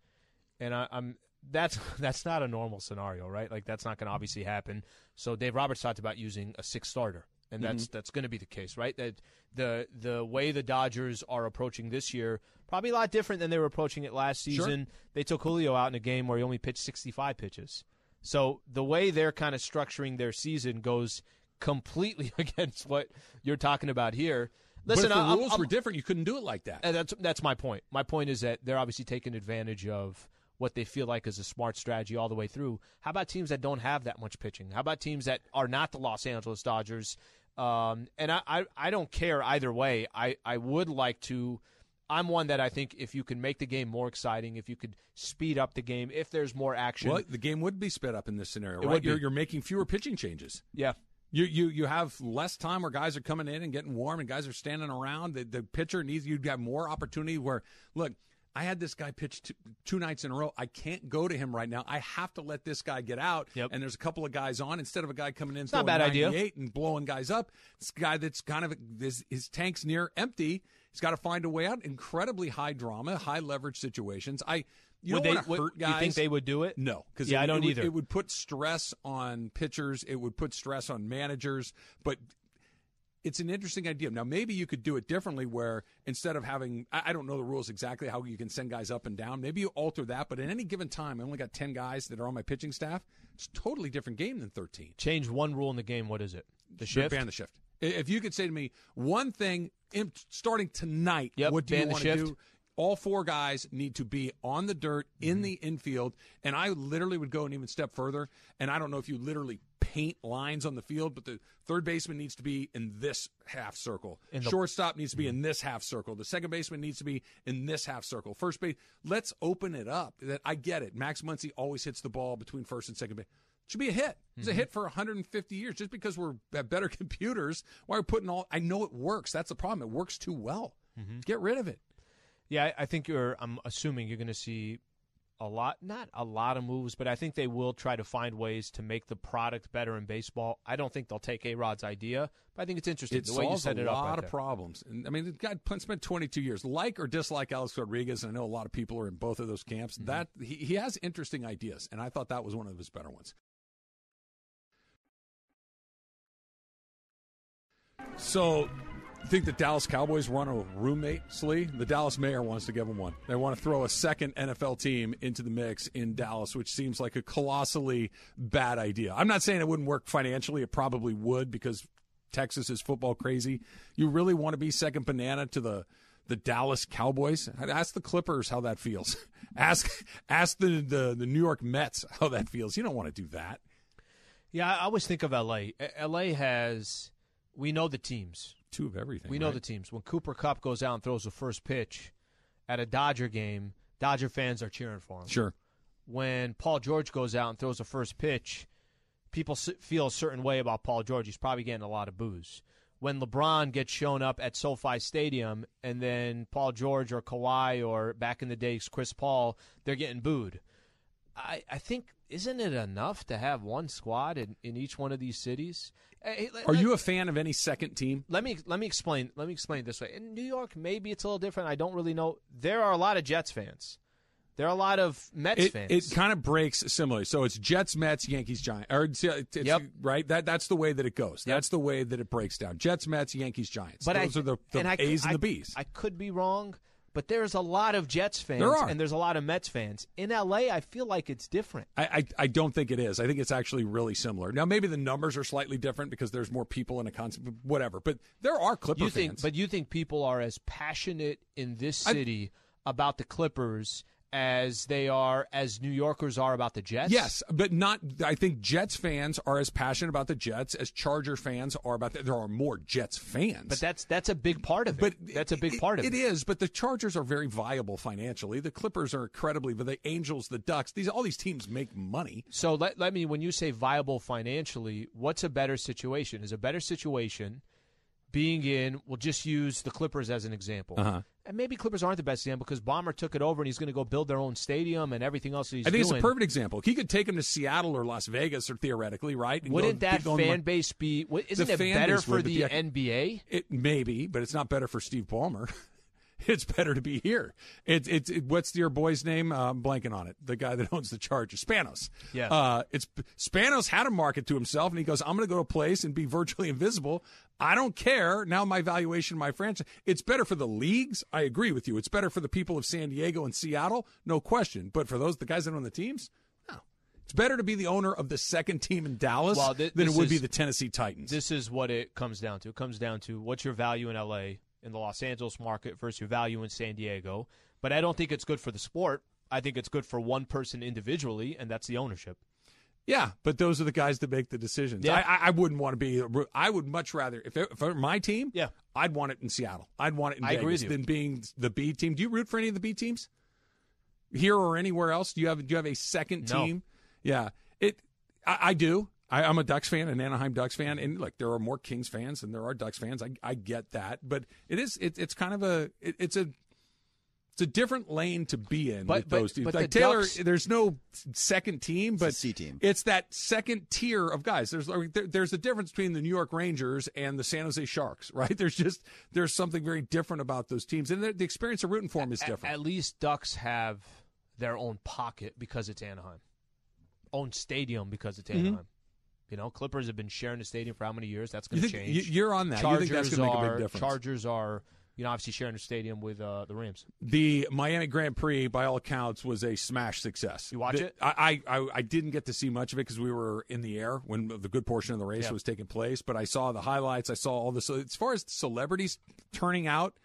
And I, I'm that's that's not a normal scenario, right? Like that's not going to obviously happen. So Dave Roberts talked about using a six starter, and that's Mm-hmm. that's going to be the case, right? That the the way the Dodgers are approaching this year probably a lot different than they were approaching it last Sure. season. They took Julio out in a game where he only pitched 65 pitches. So the way they're kind of structuring their season goes completely against what you're talking about here. Listen, but if the I- I'm- rules I'm- were different, you couldn't do it like that. and Uh, that's that's my point. My point is that they're obviously taking advantage of what they feel like is a smart strategy all the way through. How about teams that don't have that much pitching? How about teams that are not the Los Angeles Dodgers? Um, and I, I, I don't care either way. I, I would like to. I'm one that I think if you can make the game more exciting, if you could speed up the game, if there's more action, well, the game would be sped up in this scenario, It right? would You're, be. you're making fewer pitching changes. yeah, You, you you have less time where guys are coming in and getting warm and guys are standing around. The, the pitcher needs you'd have more opportunity where look, I had this guy pitch two, two nights in a row. I can't go to him right now. I have to let this guy get out. Yep. And there's a couple of guys on instead of a guy coming in not a throwing bad idea. 98 and blowing guys up. This guy that's kind of his, his tank's near empty. He's got to find a way out. Incredibly high drama, high leverage situations. I you don't would they? want to would- hurt you guys. think they would do it? No, because yeah, it, I don't it would- either. It would put stress on pitchers. It would put stress on managers. But it's an interesting idea. Now, maybe you could do it differently where instead of having, I, I don't know the rules exactly how you can send guys up and down. Maybe you alter that, but at any given time, I only got 10 guys that are on my pitching staff. It's a totally different game than 13. Change one rule in the game. What is it? The shift. Ban the shift. I- If you could say to me one thing in, starting tonight, Yep, what do you ban the want to shift. do? All four guys need to be on the dirt Mm-hmm. in the infield, and I literally would go an even step further. And I don't know if you literally paint lines on the field, but the third baseman needs to be in this half circle. In the- Mm-hmm. Shortstop needs to be in this half circle. The second baseman needs to be in this half circle. First base, let's open it up. That I get it. Max Muncy always hits the ball between first and second base. It should be a hit. It's Mm-hmm. a hit for 150 years. Just because we're at better computers, why we're putting all? I know it works. That's the problem. It works too well. Mm-hmm. Get rid of it. Yeah, I- I think you're. I'm assuming you're going to see a lot, not a lot of moves, but I think they will try to find ways to make the product better in baseball. I don't think they'll take A Rod's idea, but I think it's interesting It the way you solves set a it up. lot right of there. problems. And I mean, the guy pl- spent 22 years, like or dislike Alex Rodriguez, and I know a lot of people are in both of those camps. Mm-hmm. That he, he has interesting ideas, and I thought that was one of his better ones. So, think the Dallas Cowboys want a roommate, Slee? The Dallas mayor wants to give them one. They want to throw a second NFL team into the mix in Dallas, which seems like a colossally bad idea. I'm not saying it wouldn't work financially. It probably would because Texas is football crazy. You really want to be second banana to the the Dallas Cowboys? Ask the Clippers how that feels. ask ask the, the the New York Mets how that feels. You don't want to do that. Yeah, I always think of L.A. A- L.A. has. We know the teams. Two of everything. We know the teams. When Cooper Cup goes out and throws the first pitch at a Dodger game, Dodger fans are cheering for him. Sure. When Paul George goes out and throws the first pitch, people s- feel a certain way about Paul George. He's probably getting a lot of boos. When LeBron gets shown up at SoFi Stadium, and then Paul George or Kawhi or back in the days Chris Paul, they're getting booed. I, I think isn't it enough to have one squad in, in each one of these cities? Eh, Hey, let- Are let- you a fan of any second team? let me let me explain let me explain it this way. In New York, maybe it's a little different. I don't really know. There are a lot of Jets fans. There are a lot of Mets It, fans. it kind of breaks similarly. So it's Jets, Mets, Yankees, Giants. Or it's, it's, Yep. Right. That that's the way that it goes. That's the way that it breaks down. Jets, Mets, Yankees, Giants. Those are the, the and I- A's and I- the B's. I could be wrong, but there's a lot of Jets fans There are. and there's a lot of Mets fans. In LA, I feel like it's different. I, I, I don't think it is. I think it's actually really similar. Now maybe the numbers are slightly different because there's more people in a concept, whatever. But there are Clipper you think fans. but you think people are as passionate in this city about the Clippers as they are as New Yorkers are about the Jets? yes, but not. I think Jets fans are as passionate about the Jets as Charger fans are about. The, there are more Jets fans. But that's that's a big part of it. But that's a big part of it. It is, but the Chargers are very viable financially. The Clippers are incredibly, but the Angels, the Ducks, these all these teams make money. So let, let me, when you say viable financially, what's a better situation? Is a better situation being in, we'll just use the Clippers as an example. Uh-huh. And maybe Clippers aren't the best example because Bomber took it over and he's going to go build their own stadium and everything else that he's I think it's a doing. perfect example. He could take them to Seattle or Las Vegas, or theoretically, right? And Wouldn't go- that keep going fan like- base be, wha- isn't it fan better base for would, but the the ec- NBA? It maybe, but it's not better for Steve Ballmer. it's better to be here. It's it's it, what's your boy's name? Uh, I'm blanking on it. The guy that owns the Chargers, Spanos. Yeah. Uh, it's Spanos had a market to himself, and he goes, "I'm going to go to a place and be virtually invisible. I don't care. Now my valuation, my franchise. It's better for the leagues. I agree with you. It's better for the people of San Diego and Seattle, no question. But for those the guys that own the teams, no. It's better to be the owner of the second team in Dallas Well, thi- than it this would be is- the Tennessee Titans. This is what it comes down to. It comes down to what's your value in LA in the Los Angeles market versus your value in San Diego. But I don't think it's good for the sport. I think it's good for one person individually, and that's the ownership. Yeah, but those are the guys that make the decisions. Yeah. I I, I wouldn't want to be. I would much rather if it, if it were my team. Yeah. I'd want it in Seattle. I'd want it in I agree Vegas with you. than being the B team. Do you root for any of the B teams here or anywhere else? Do you have do you have a second No. team? Yeah, it. I, I do. I, I'm a Ducks fan, an Anaheim Ducks fan, and like there are more Kings fans than there are Ducks fans. I I get that, but it is it, it's kind of a it, it's a it's a different lane to be in But- with but- those teams. but like the Taylor, Ducks- there's no second team, but a C team. It's that second tier of guys. There's I mean, there, there's a difference between the New York Rangers and the San Jose Sharks, right? There's just there's something very different about those teams, and the, the experience of rooting for them is A- different. At least Ducks have Mm-hmm. their own pocket because it's Anaheim, own stadium because it's Anaheim. You know, Clippers have been sharing the stadium for how many years? That's You going to think- change. you- you're on that. You Chargers think that's gonna make a big are- difference. Chargers are, you know, obviously sharing the stadium with uh, the Rams. The Miami Grand Prix, by all accounts, was a smash success. You watch The- it? I, I I- I didn't get to see much of it because we were in the air when the good portion of the race Yeah. was taking place. But I saw the highlights. I saw all this. So As far as celebrities turning out,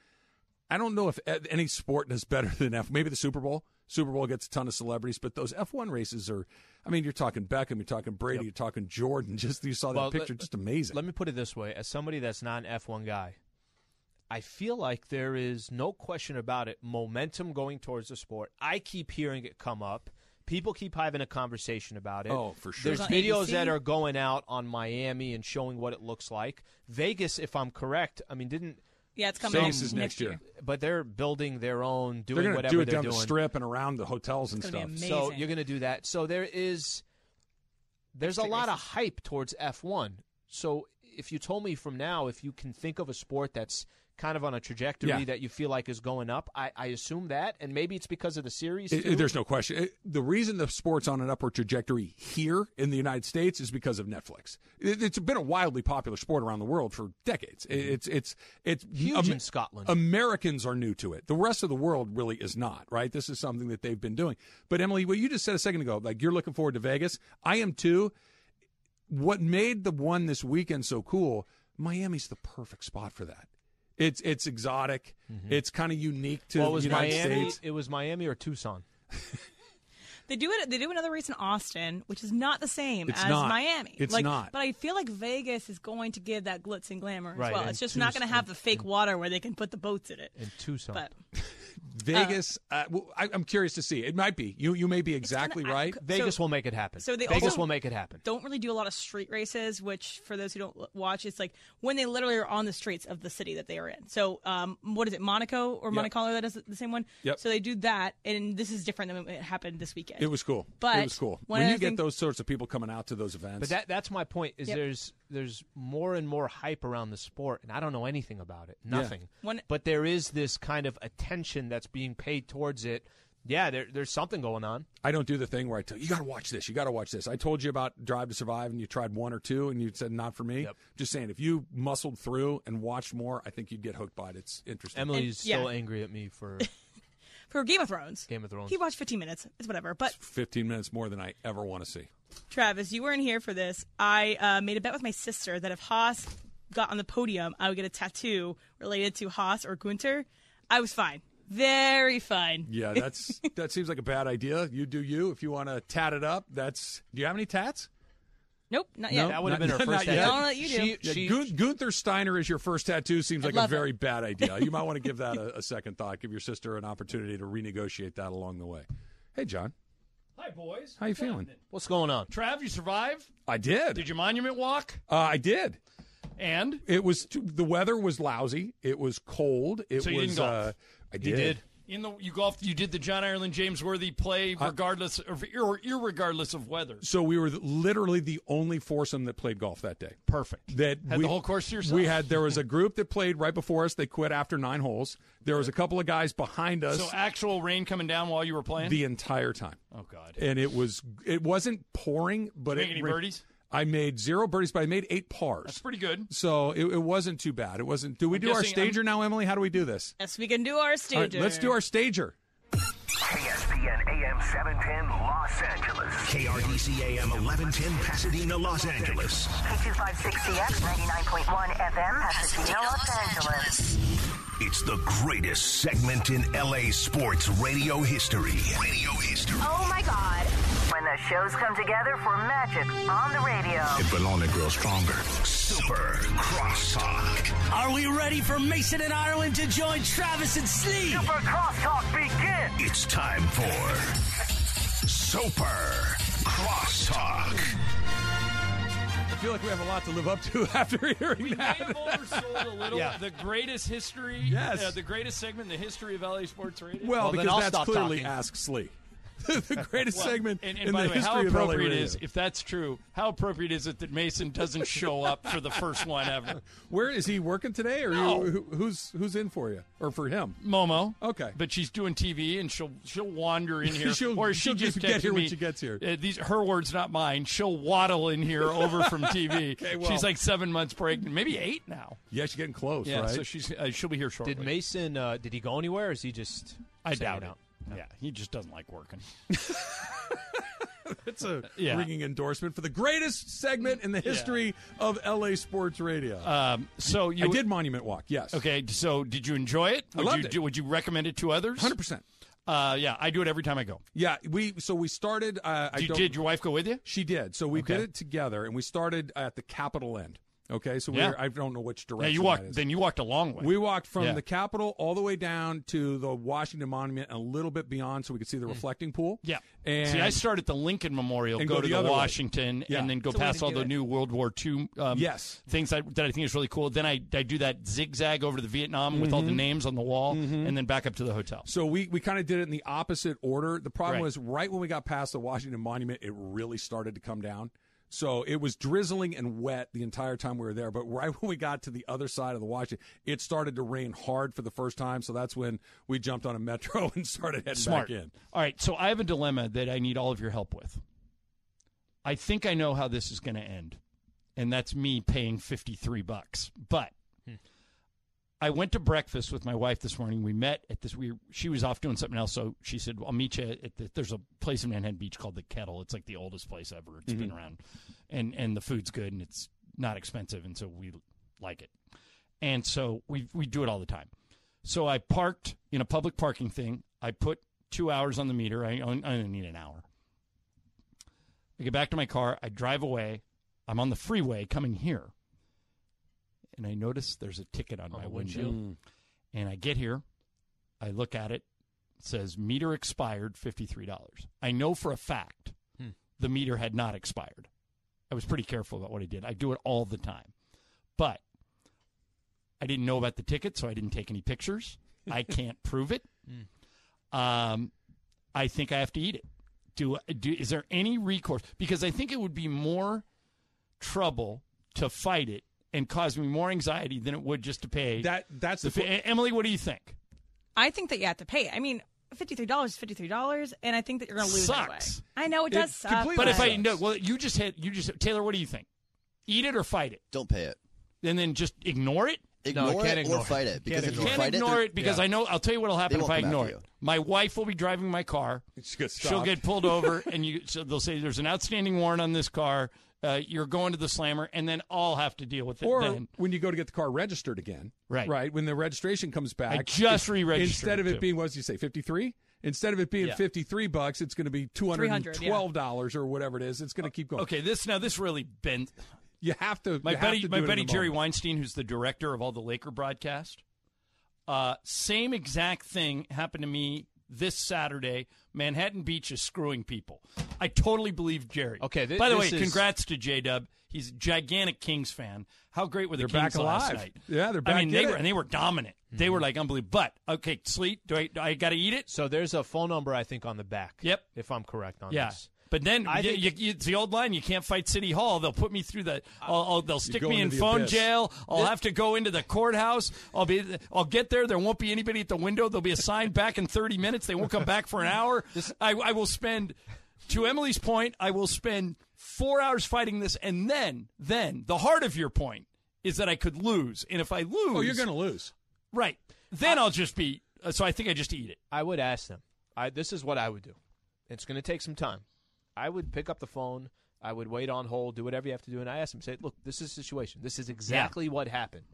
I don't know if a- any sport does better than F. Maybe the Super Bowl. Super Bowl gets a ton of celebrities, but those F1 races are. I mean, you're talking Beckham, you're talking Brady, you're talking Jordan. Just you saw that Well, let- picture, just amazing. Let me put it this way: as somebody that's not an F1 guy, I feel like there is no question about it. Momentum going towards the sport. I keep hearing it come up. People keep having a conversation about it. Oh, for sure. There's It's on videos ABC. that are going out on Miami and showing what it looks like. Vegas, if I'm correct, I mean, didn't. Yeah, it's coming Vegas out is next year. But they're building their own, doing They're going to whatever do it they're down doing. the strip and around the hotels and It's gonna stuff. be So Amazing. you're going to do that. So there is there's a Extra lot of races. hype towards F1. So if you told me from now if you can think of a sport that's kind of on a trajectory Yeah. that you feel like is going up, I, I assume that, and maybe it's because of the series. It- it- too. there's no question. It- the reason the sport's on an upward trajectory here in the United States is because of Netflix. It, it's been a wildly popular sport around the world for decades. It- it's it's it's Mm-hmm. Huge in Scotland. Americans are new to it. The rest of the world really is not. Right? This is something that they've been doing. But Emily, what you just said a second ago, like you're looking forward to Vegas. I am too. What made the one this weekend so cool? Miami's the perfect spot for that. It's it's exotic. It's kind of unique to well, it the Mm-hmm. was United Miami. States. It was Miami or Tucson. They do it. They do another race in Austin, which is not the same It's as not. Miami. It's like, not. But I feel like Vegas is going to give that glitz and glamour Right, as well. and It's just not going to have the fake water where they can put the boats in it. In Tucson, But Vegas. Uh, well, I, I'm curious to see. It might be you. You may be exactly kinda- I- right. Vegas so- will make it happen. so they Vegas also- will make it happen. don't really do a lot of street races, which for those who don't l- watch, it's like when they literally are on the streets of the city that they are in. So, um, what is it, Monaco or Monte Carlo? That is the same one. Yep. So they do that, and this is different than what happened this weekend. It was cool. But it was cool. one When other you get thing- those sorts of people coming out to those events, But that that's my point. Is Yep. there's there's more and more hype around the sport, and I don't know anything about it, nothing. When- but there is this kind of attention that's being paid towards it. Yeah, there, there's something going on. I don't do the thing where I tell you, you got to watch this. You got to watch this. I told you about Drive to Survive, and you tried one or two, and you said not for me. Yep. Just saying, if you muscled through and watched more, I think you'd get hooked by it. It's interesting. Emily's yeah. still angry at me for for Game of Thrones. Game of Thrones. He watched 15 minutes. It's whatever. But Fifteen minutes more than I ever want to see. Travis, you weren't here for this. I uh, made a bet with my sister that if Haas got on the podium, I would get a tattoo related to Haas or Gunter. I was fine. Very fine. Yeah, that's that seems like a bad idea. You do you. If you want to tat it up, that's. Do you have any tats? Nope, not No, yet. that would have Not- been her not first. yet. tattoo. I'll let you do. She, Yeah, she- Gun- Gunther Steiner is your first tattoo seems like a love very bad idea. You might want to give that a, a second thought. Give your sister an opportunity to renegotiate that along the way. Hey, John, Hi, boys. how you feeling? what's going on? Trav, you survived? I did. Did your monument walk? Uh, I did. And It was the weather was lousy. It was cold. It So you was. didn't golf? Uh, I did. you did. In the you golfed, you did the John Ireland James Worthy play, regardless of, or irregardless of weather. So we were literally the only foursome that played golf that day. Perfect. that Had we, the whole course to yourself. We had there was a group that played right before us. They quit after nine holes. There was a couple of guys behind us so actual rain coming down while you were playing. the entire time. oh God. and it was it wasn't pouring, but Did you it make any re- birdies? I made zero birdies, but I made eight pars. That's pretty good. so it, it wasn't too bad. It wasn't. Do we do our guessing I'm- stager now, Emily? How do we do this? Yes, we can do our stager. All right, let's do our stager. E ESPN AM 710 Los Angeles. KRDC AM 1110 Pasadena, Los Angeles. K256CX 99.1 FM, Pasadena, Los Angeles. It's the greatest segment in LA sports radio history. Radio history. Oh my God. When the shows come together for magic on the radio. It will only grow stronger. Super crosstalk. Are we ready for Mason and Ireland to join Travis and Slee? Super Crosstalk begins. It's time for Super crosstalk. I feel like we have a lot to live up to after hearing We may that. have oversold a little. Yeah. The greatest history. Yes. uh, the greatest segment in the history of LA sports radio. Well, Well, then because I'll that's stop clearly talking. Ask Slee. the greatest Well, segment And, and in by the the way, history how of LA appropriate radio. is if that's true? How appropriate is it that Mason doesn't show up for the first one ever? Where is he working today, or No. you- who, who's who's in for you or for him? Momo. Okay, but she's doing TV, and she'll she'll wander in here, She'll- or she she'll just just get texted here when me, she gets here. uh, these her words, not mine. She'll waddle in here over from TV. Okay, well. She's like seven months pregnant, maybe eight now. Yeah, she's getting close, yeah, right? so she's uh, she'll be here shortly. Did Mason? Uh, did he go anywhere? Or is he just? I sitting doubt it. out? Yeah, he just doesn't like working. It's a Yeah. ringing endorsement for the greatest segment in the history of LA sports radio. Um, so you I did Monument Walk. Yes. Okay. So did you enjoy it? I Would loved you it. Do, would you recommend it to others? Hundred percent. Uh, yeah, I do it every time I go. Yeah, we so we started. Uh, I Did- don't- did your wife go with you? She did. So we Okay. did it together, and we started at the Capitol end. Okay, so we Yeah. were, I don't know which Yeah, direction. you that walked. is. Then you walked a long way. We walked from Yeah. the Capitol all the way down to the Washington Monument and a little bit beyond, so we could see the reflecting pool. Mm. Yeah. and See, I start at the Lincoln Memorial, and go, go to the the, other way. Washington, Yeah. and then go It's a way past to all do the it. new World War II um, Yes. things I, that I think is really cool. Then I, I do that zigzag over to Vietnam with all the Mhm. names on the wall, and then back up to the hotel. So we, we kind of did it in the opposite order. The problem Right. was right when we got past the Washington Monument, it really started to come down. So it was drizzling and wet the entire time we were there. But right when we got to the other side of the Washington, it started to rain hard for the first time. So that's when we jumped on a metro and started heading Smart. back in. All right, so I have a dilemma that I need all of your help with. I think I know how this is going to end, and that's me paying fifty three bucks. But Hmm. I went to breakfast with my wife this morning. We met at this. We she was off doing something else, so she said, well, "I'll meet you at the, there's a place in Manhattan Beach called the Kettle. It's like the oldest place ever. It's been Mhm. around, and and the food's good and it's not expensive, and so we like it. And so we we do it all the time. So I parked in a public parking thing. I put two hours on the meter. I on- I only need an hour. I get back to my car. I drive away. I'm on the freeway coming here, and I notice there's a ticket on On my the windshield. windshield. And I get here. I look at it. It says meter expired fifty three dollars. I know for a fact Hmm. the meter had not expired. I was pretty careful about what I did. I do it all the time, but I didn't know about the ticket, so I didn't take any pictures. I can't prove it. Mm. Um, I think I have to eat it. Do, do is there any recourse? Because I think it would be more trouble to fight it and cause me more anxiety than it would just to pay. That that's the, fi- Emily. What do you think? I think that you have to pay. I mean, fifty three dollars, fifty three dollars, and I think that you're going to lose. anyway. Sucks. I know it does suck. But if I no, well, you just hit. You just Taylor. What do you think? Eat it or fight it. Don't pay it. And then just ignore it. Ignore you can't it or ignore it. fight it, You because can't if you can't fight it, ignore they're- it, because Yeah. I know I'll tell you what'll happen They if won't I come ignore after it. My wife will be driving my car. She'll stopped. get pulled over, and you. So they'll say there's an outstanding warrant on this car. Uh, you're going to the slammer, and then I'll have to deal with it. Or then. when you go to get the car registered again, Right. Right. When the registration comes back, I just it- re-registered Instead of it, it too. being, what did you say, fifty three? Instead of it being Yeah. fifty three bucks, it's going to be two hundred and 300, yeah. twelve dollars or whatever it is. It's going to keep going. Okay, this now this really bent. You have to. My you have buddy, to do my it in buddy the Jerry moment. Weinstein, who's the director of all the Laker broadcast, uh, same exact thing happened to me this Saturday. Manhattan Beach is screwing people. I totally believe Jerry. Okay, thi- By the way, this is- congrats to J Dub. He's a gigantic Kings fan. How great were the They're back Kings last alive. night? Yeah, they're back I mean, they in it. were Mm-hmm. and they were dominant. They were like unbelievable. But okay, sleep. Do I, do I got to eat it? So there's a phone number I think on the back. Yep. If I'm correct on Yeah. this. But then I you- think- you- you- it's the old line: you can't fight City Hall. They'll put me through the. I'll, I'll- they'll stick going me to in the phone abyss. jail. I'll This- have to go into the courthouse. I'll be. I'll get there. There won't be anybody at the window. They'll be assigned back in thirty minutes. They won't come back for an hour. I, I will spend. To Emily's point, I will spend four hours fighting this, and then, then the heart of your point is that I could lose, and if I lose, Oh, you're going to lose. right? Then I'll just be. uh, So I think I just eat it. I would ask them. I this is what I would do. It's going to take some time. I would pick up the phone. I would wait on hold, do whatever you have to do, and I ask them. Say, look, this is the situation. This is exactly what happened.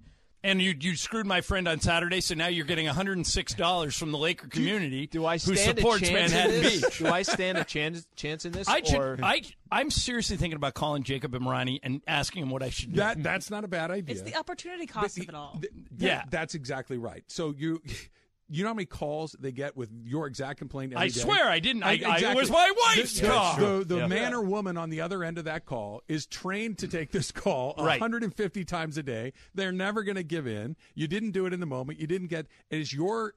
And you you screwed my friend on Saturday, so now you're getting $106 from the Laker community do, I who Stand a supports chance in Manhattan this? Beach. Do I stand a chance chance in this? I should, or- I, I'm seriously thinking about calling Jacob Imrani and asking him what I should do. That that's not a bad idea. it's the opportunity cost of it all. Yeah. that's exactly right. So you. You know how many calls they get with your exact complaint? every I day? swear I didn't. I- I- it exactly. was my wife's the, call. The, the Yeah. man or woman on the other end of that call is trained to take this call Right. 150 times a day. They're never going to give in. You didn't do it in the moment. You didn't get. It is your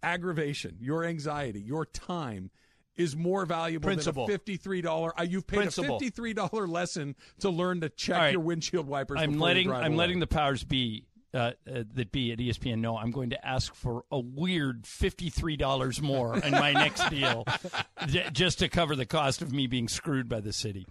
aggravation, your anxiety, your time is more valuable Principle. than a $53. Uh, you've paid Principle. a $53 lesson to learn to check All right. your windshield wipers. I'm before you letting drive I'm away. letting the powers be uh, uh, that be at ESPN know I'm going to ask for a weird fifty three dollars more in my next deal, j- just to cover the cost of me being screwed by the city.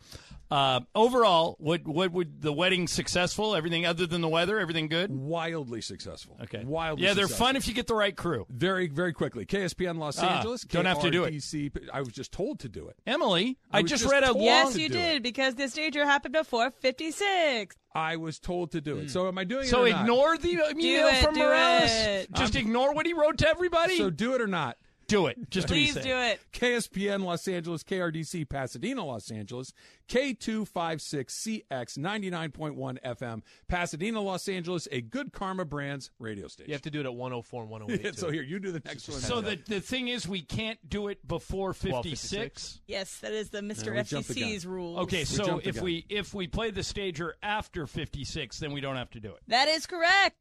Uh, overall, what what would the wedding successful? Everything other than the weather, everything good? Wildly successful. Okay. Wildly Yeah, they're successful. fun if you get the right crew. Very very quickly. KSPN Los Ah, Angeles. don't have to do it. KRDC. I was just told to do it. Emily, I, was just just read a told long Yes, to you do did because this danger happened before 56. I was told to do it. So am I doing it? Hmm. So or not? Um, ignore the uh, email it, from do Morales. it. Just ignore what he wrote to everybody. So do it or not. do it. Just to be Please safe. do it. KSPN Los Angeles, KRDC Pasadena, Los Angeles, K256CX 99.1 FM, Pasadena, Los Angeles, a good karma brands radio station. You have to do it at 104 and 108. Yeah, so too. here, you do the next one. So the the thing is, we can't do it before fifty 12:56. six. Yes, that is the Mr. we jumped the gun. FCC's rules. Okay, so jumped the if gun. we if we play the stager after fifty six, then we don't have to do it. That is correct.